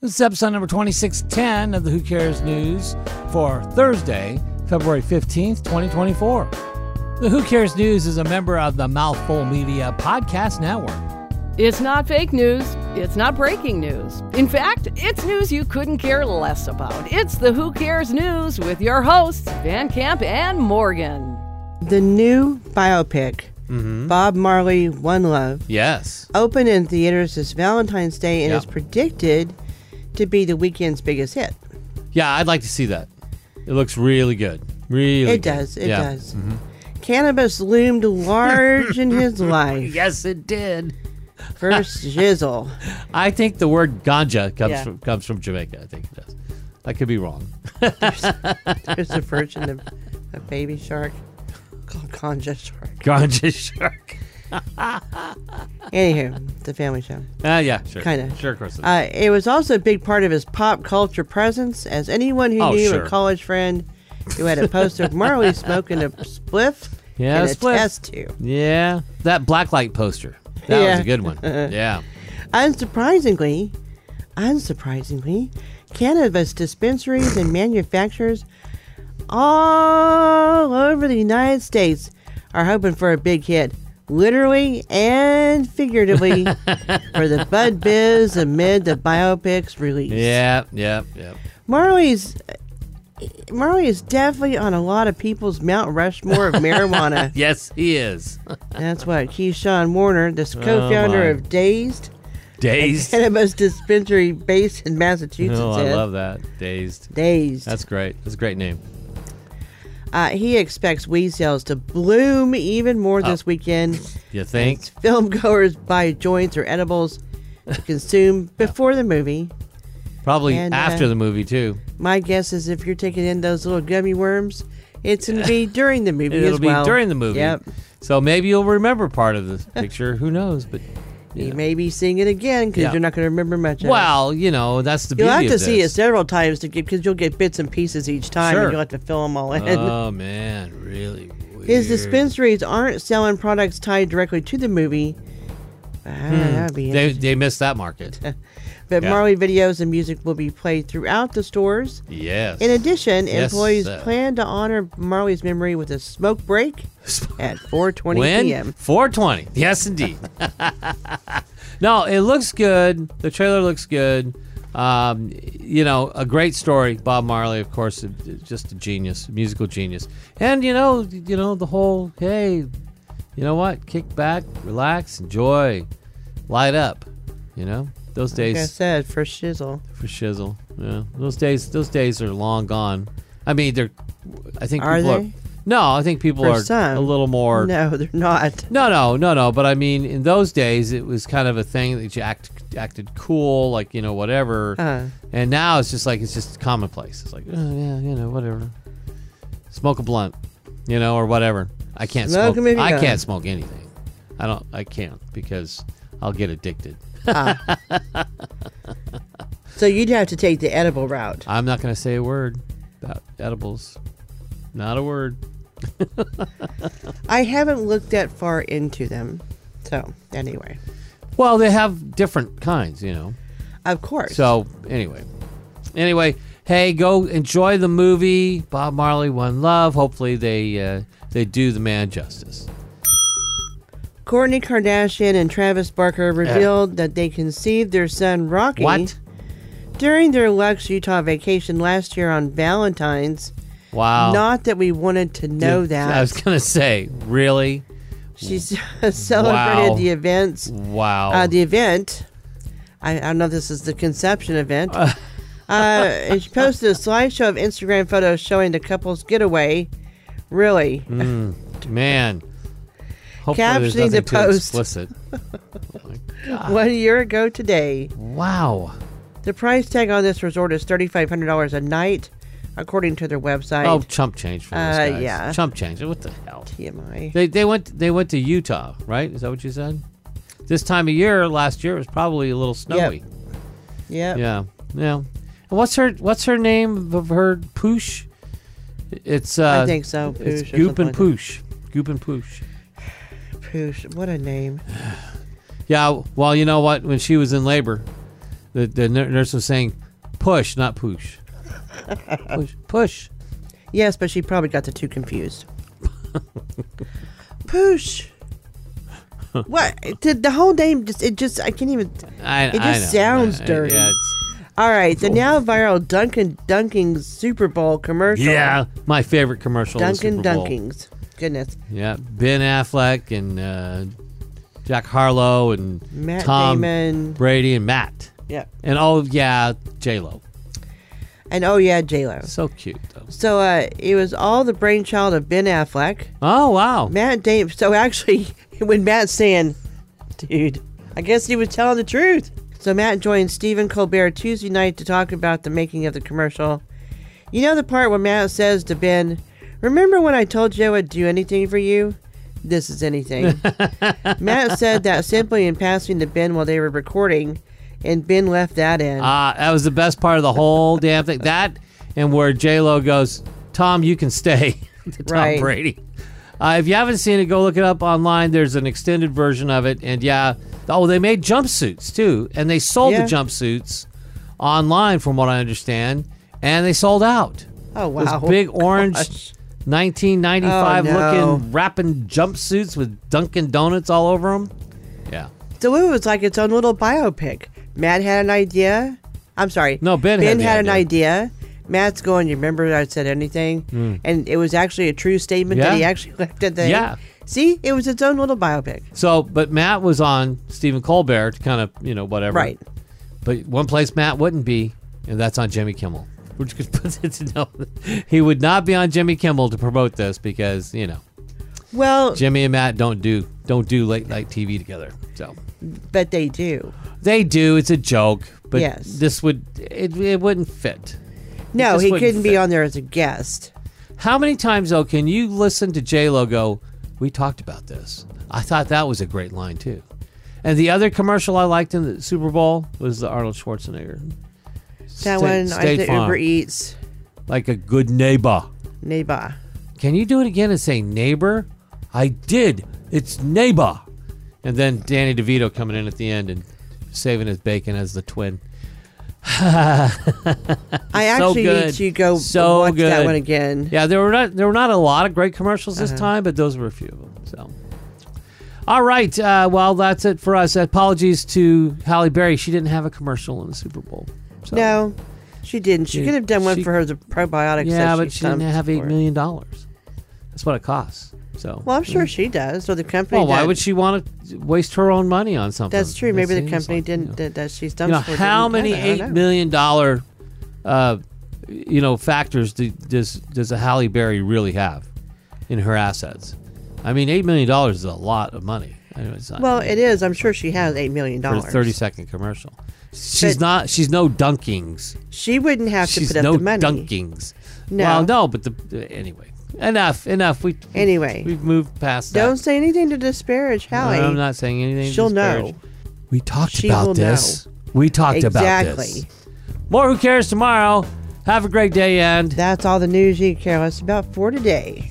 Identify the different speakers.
Speaker 1: This is episode number 2610 of the Who Cares News for Thursday, February 15th, 2024. The Who Cares News is a member of the Mouthful Media Podcast Network.
Speaker 2: It's not fake news. It's not breaking news. In fact, it's news you couldn't care less about. It's the Who Cares News with your hosts, Van Camp and Morgan.
Speaker 3: The new biopic, Bob Marley One Love,
Speaker 1: Yes.
Speaker 3: opened in theaters this Valentine's Day and
Speaker 1: Yeah.
Speaker 3: is predicted to be the weekend's biggest hit.
Speaker 1: Yeah, I'd like to see that. It looks really good. Really
Speaker 3: It does. It does. Cannabis loomed large in his life.
Speaker 1: Yes, it did.
Speaker 3: First jizzle.
Speaker 1: I think the word ganja comes
Speaker 3: Yeah.
Speaker 1: from comes from Jamaica. I think it does. I could be wrong.
Speaker 3: There's a version of a baby shark called Conja Shark.
Speaker 1: Ganja shark.
Speaker 3: Anywho, the family show.
Speaker 1: Ah, yeah, sure.
Speaker 3: Kinda.
Speaker 1: Sure, of course. it is.
Speaker 3: Uh, it was also a big part of his pop culture presence, as anyone who
Speaker 1: Oh,
Speaker 3: knew
Speaker 1: sure.
Speaker 3: a college friend who had a poster of Marley smoking a spliff
Speaker 1: Yeah,
Speaker 3: and a
Speaker 1: spliff.
Speaker 3: test tube.
Speaker 1: yeah, that blacklight poster. That was
Speaker 3: Yeah.
Speaker 1: a good one. yeah.
Speaker 3: Unsurprisingly, unsurprisingly, cannabis dispensaries and manufacturers all over the United States are hoping for a big hit, literally and figuratively, for the bud biz amid the biopic's release.
Speaker 1: Yeah, yeah, yeah.
Speaker 3: Marley's Marley is definitely on a lot of people's Mount Rushmore of marijuana.
Speaker 1: Yes, he is.
Speaker 3: That's what Keyshawn Warner, the co-founder
Speaker 1: Oh, my.
Speaker 3: of Dazed,
Speaker 1: Dazed.
Speaker 3: cannabis dispensary based in Massachusetts,
Speaker 1: Oh, I
Speaker 3: said.
Speaker 1: love that. Dazed.
Speaker 3: Dazed.
Speaker 1: That's great. That's a great name.
Speaker 3: Uh, he expects weed sales to bloom even more this weekend.
Speaker 1: You Uh, think?
Speaker 3: as film goers buy joints or edibles to consume before the movie.
Speaker 1: Probably
Speaker 3: And, uh,
Speaker 1: after the movie too.
Speaker 3: My guess is if you're taking in those little gummy worms, it's going to be during the movie
Speaker 1: It'll
Speaker 3: as
Speaker 1: be
Speaker 3: well.
Speaker 1: during the movie.
Speaker 3: Yep.
Speaker 1: So maybe you'll remember part of the picture. Who knows? But
Speaker 3: You may be seeing it again because
Speaker 1: Yeah.
Speaker 3: you're not going to remember much. of it.
Speaker 1: well, you know, that's the
Speaker 3: you'll
Speaker 1: beauty
Speaker 3: have to
Speaker 1: of
Speaker 3: see it
Speaker 1: this.
Speaker 3: several times to get because you'll get bits and pieces each time,
Speaker 1: Sure.
Speaker 3: and you'll have to fill them all in.
Speaker 1: Oh man, really. Weird.
Speaker 3: His dispensaries aren't selling products tied directly to the movie. Ah, that'd be
Speaker 1: Hmm. They
Speaker 3: interesting.
Speaker 1: they missed that market.
Speaker 3: but
Speaker 1: yeah.
Speaker 3: Marley videos and music will be played throughout the stores.
Speaker 1: Yes.
Speaker 3: In addition,
Speaker 1: Yes,
Speaker 3: employees
Speaker 1: sir.
Speaker 3: plan to honor Marley's memory with a smoke break at 4:20
Speaker 1: when
Speaker 3: p.m.
Speaker 1: 420. Yes, indeed. no, it looks good. The trailer looks good. Um, you know, a great story. Bob Marley, of course, just a genius, musical genius. And you know, you know the whole hey, you know what? Kick back, relax, enjoy, light up. You know, those
Speaker 3: Like I
Speaker 1: days
Speaker 3: said, for shizzle.
Speaker 1: for shizzle. Yeah, those days, those days are long gone. I mean, they're. I think
Speaker 3: Are
Speaker 1: people are.
Speaker 3: they?
Speaker 1: No, I think people
Speaker 3: For
Speaker 1: are
Speaker 3: some.
Speaker 1: a little more.
Speaker 3: No, they're not.
Speaker 1: No, no, no, no. But I mean, in those days, it was kind of a thing that you act, acted cool, like you know, whatever.
Speaker 3: Uh-huh.
Speaker 1: And now it's just like it's just commonplace. It's like, oh, yeah, you know, whatever. Smoke a blunt, you know, or whatever. I can't
Speaker 3: Smoke
Speaker 1: smoke.
Speaker 3: them if you
Speaker 1: I
Speaker 3: got
Speaker 1: can't
Speaker 3: 'em.
Speaker 1: smoke anything. I don't. I can't because I'll get addicted.
Speaker 3: So you'd have to take the edible route.
Speaker 1: I'm not gonna say a word about edibles. Not a word.
Speaker 3: I haven't looked that far into them. So anyway,
Speaker 1: Well, they have different kinds, you know.
Speaker 3: of course.
Speaker 1: So anyway, anyway, hey, go enjoy the movie. Bob Marley, One Love. Hopefully they uh, they do the man justice.
Speaker 3: Kourtney Kardashian and Travis Barker revealed that they conceived their son Rocky
Speaker 1: Uh-huh. What?
Speaker 3: during their Lux Utah vacation last year on Valentine's.
Speaker 1: Wow.
Speaker 3: Not that we wanted to know that.
Speaker 1: Oh. I was gonna say, really?
Speaker 3: she celebrated
Speaker 1: Wow.
Speaker 3: the events.
Speaker 1: Wow.
Speaker 3: Uh, the event. I, I don't know if this is the conception event. Uh, and she posted a slideshow of Instagram photos showing the couple's getaway. Really,
Speaker 1: man. Hopefully there's
Speaker 3: Captioning the
Speaker 1: nothing too
Speaker 3: post.
Speaker 1: explicit.
Speaker 3: one year ago today.
Speaker 1: Wow.
Speaker 3: The price tag on this resort is thirty five hundred dollars a night, according to their website.
Speaker 1: Oh, chump change for those
Speaker 3: Uh,
Speaker 1: guys.
Speaker 3: yeah.
Speaker 1: Chump change. What the hell?
Speaker 3: TMI.
Speaker 1: They they went they went to Utah, right? Is that what you said? This time of year, last year it was probably a little snowy.
Speaker 3: Yep.
Speaker 1: Yeah, yeah. And what's her What's her name of her poosh? It's uh,
Speaker 3: I think so.
Speaker 1: It's
Speaker 3: Poosh or
Speaker 1: Goop
Speaker 3: something
Speaker 1: and
Speaker 3: like that.
Speaker 1: Poosh. Goop and Poosh.
Speaker 3: Poosh. What a name.
Speaker 1: Yeah. Well, you know what? When she was in labor, the, the nur- nurse was saying, push, not push. push, push.
Speaker 3: Yes, but she probably got the two confused. Poosh. what? Did the whole name just? It just. I can't even.
Speaker 1: I,
Speaker 3: It
Speaker 1: I
Speaker 3: just
Speaker 1: know.
Speaker 3: sounds
Speaker 1: I-
Speaker 3: dirty.
Speaker 1: Yeah, it's-
Speaker 3: All right. The now viral Dunkin' Dunking Super Bowl commercial.
Speaker 1: yeah, my favorite commercial. in the Super
Speaker 3: Dunkin'
Speaker 1: Bowl.
Speaker 3: Dunkings. Goodness.
Speaker 1: Yeah, Ben Affleck and uh, Jack Harlow and
Speaker 3: Matt
Speaker 1: Tom
Speaker 3: Damon.
Speaker 1: Brady and Matt.
Speaker 3: Yeah.
Speaker 1: And oh yeah, J Lo.
Speaker 3: And oh yeah, J Lo.
Speaker 1: So cute though.
Speaker 3: So uh, it was all the brainchild of Ben Affleck.
Speaker 1: Oh wow.
Speaker 3: Matt Damon. So actually, when Matt's saying, dude, I guess he was telling the truth. So Matt joined Stephen Colbert Tuesday night to talk about the making of the commercial. You know the part where Matt says to Ben, Remember when I told you I would do anything for you? This is anything. Matt said that simply in passing to Ben while they were recording, and Ben left that in.
Speaker 1: Ah, that was the best part of the whole damn thing. That and where J Lo goes, Tom, you can stay. to Tom
Speaker 3: Right.
Speaker 1: Brady. Uh, if you haven't seen it, go look it up online. There's an extended version of it, and yeah, oh, they made jumpsuits too, and they sold
Speaker 3: Yeah.
Speaker 1: the jumpsuits online, from what I understand, and they sold out.
Speaker 3: oh,
Speaker 1: Those
Speaker 3: wow.
Speaker 1: big orange,
Speaker 3: Gosh.
Speaker 1: 1995
Speaker 3: Oh, no.
Speaker 1: looking wrapping jumpsuits with Dunkin' Donuts all over them. Yeah.
Speaker 3: So it was like its own little biopic. Matt had an idea. I'm sorry.
Speaker 1: No, Ben had
Speaker 3: Ben
Speaker 1: the
Speaker 3: had, an idea. Matt's going, you remember I said anything? And it was actually a true statement that
Speaker 1: Hmm. Yeah.
Speaker 3: he actually left at the
Speaker 1: Yeah.
Speaker 3: See, it was its own little biopic.
Speaker 1: So, but Matt was on Stephen Colbert to kind of, you know, whatever.
Speaker 3: Right.
Speaker 1: But one place Matt wouldn't be, and that's on Jimmy Kimmel. We're just gonna put it to know he would not be on Jimmy Kimmel to promote this because you know
Speaker 3: Well,
Speaker 1: Jimmy and Matt don't do don't do late night TV together. So
Speaker 3: but they do.
Speaker 1: they do. It's a joke, but
Speaker 3: Yes.
Speaker 1: this would it, it wouldn't fit.
Speaker 3: No,
Speaker 1: just
Speaker 3: he
Speaker 1: wouldn't
Speaker 3: couldn't be
Speaker 1: fit.
Speaker 3: on there as a guest.
Speaker 1: How many times though can you listen to J Lo go? We talked about this. I thought that was a great line too. And the other commercial I liked in the Super Bowl was the Arnold Schwarzenegger.
Speaker 3: That
Speaker 1: State-
Speaker 3: one, I
Speaker 1: State
Speaker 3: did
Speaker 1: Farm.
Speaker 3: Uber E- Eats,
Speaker 1: like a good neighbor.
Speaker 3: Neba.
Speaker 1: Can you do it again and say neighbor? I did. It's neighbor. And then Danny DeVito coming in at the end and saving his bacon as the twin.
Speaker 3: I
Speaker 1: So
Speaker 3: actually
Speaker 1: good.
Speaker 3: need to go
Speaker 1: So
Speaker 3: watch that
Speaker 1: good.
Speaker 3: one again.
Speaker 1: Yeah, there were not there were not a lot of great commercials this time, but those were a few of them. So, all right. Uh, well, that's it for us. Apologies to Halle Berry. She didn't have a commercial in the Super Bowl. So,
Speaker 3: No, she didn't. She
Speaker 1: Yeah,
Speaker 3: could have done one
Speaker 1: she-
Speaker 3: for her the probiotics.
Speaker 1: Yeah,
Speaker 3: that
Speaker 1: but she didn't
Speaker 3: dumped
Speaker 1: have eight
Speaker 3: for it.
Speaker 1: million dollars. That's what it costs. So. Mm-hmm.
Speaker 3: Well, I'm sure she does. So the company.
Speaker 1: Mm. Well, why
Speaker 3: that-
Speaker 1: would she want to waste her own money on something?
Speaker 3: That's true. Maybe
Speaker 1: seems
Speaker 3: the company
Speaker 1: like, you
Speaker 3: didn't
Speaker 1: know.
Speaker 3: that, that she's
Speaker 1: you
Speaker 3: done
Speaker 1: know
Speaker 3: for.
Speaker 1: how
Speaker 3: didn't
Speaker 1: many
Speaker 3: get it. I don't
Speaker 1: eight
Speaker 3: know.
Speaker 1: million dollar uh, you know factors do, does does a Halle Berry really have in her assets? I mean, eight million dollars is a lot of money. I know it's not-
Speaker 3: Well, it is. I'm sure she has eight million
Speaker 1: for a
Speaker 3: dollars.
Speaker 1: thirty second commercial. She's
Speaker 3: But-
Speaker 1: not. She's no Dunkings.
Speaker 3: She wouldn't have to
Speaker 1: She's
Speaker 3: put up
Speaker 1: no
Speaker 3: the money.
Speaker 1: Dunkings.
Speaker 3: No.
Speaker 1: Well, no, but the anyway. Enough. Enough. We
Speaker 3: Anyway.
Speaker 1: We've moved past that.
Speaker 3: Don't say anything to disparage Hallie.
Speaker 1: I'm not saying anything.
Speaker 3: She'll
Speaker 1: disparage.
Speaker 3: know.
Speaker 1: We talked
Speaker 3: She will
Speaker 1: about this. We talked about
Speaker 3: Exactly.
Speaker 1: this. More Who Cares tomorrow. Have a great day and
Speaker 3: That's all the news you care less about for today.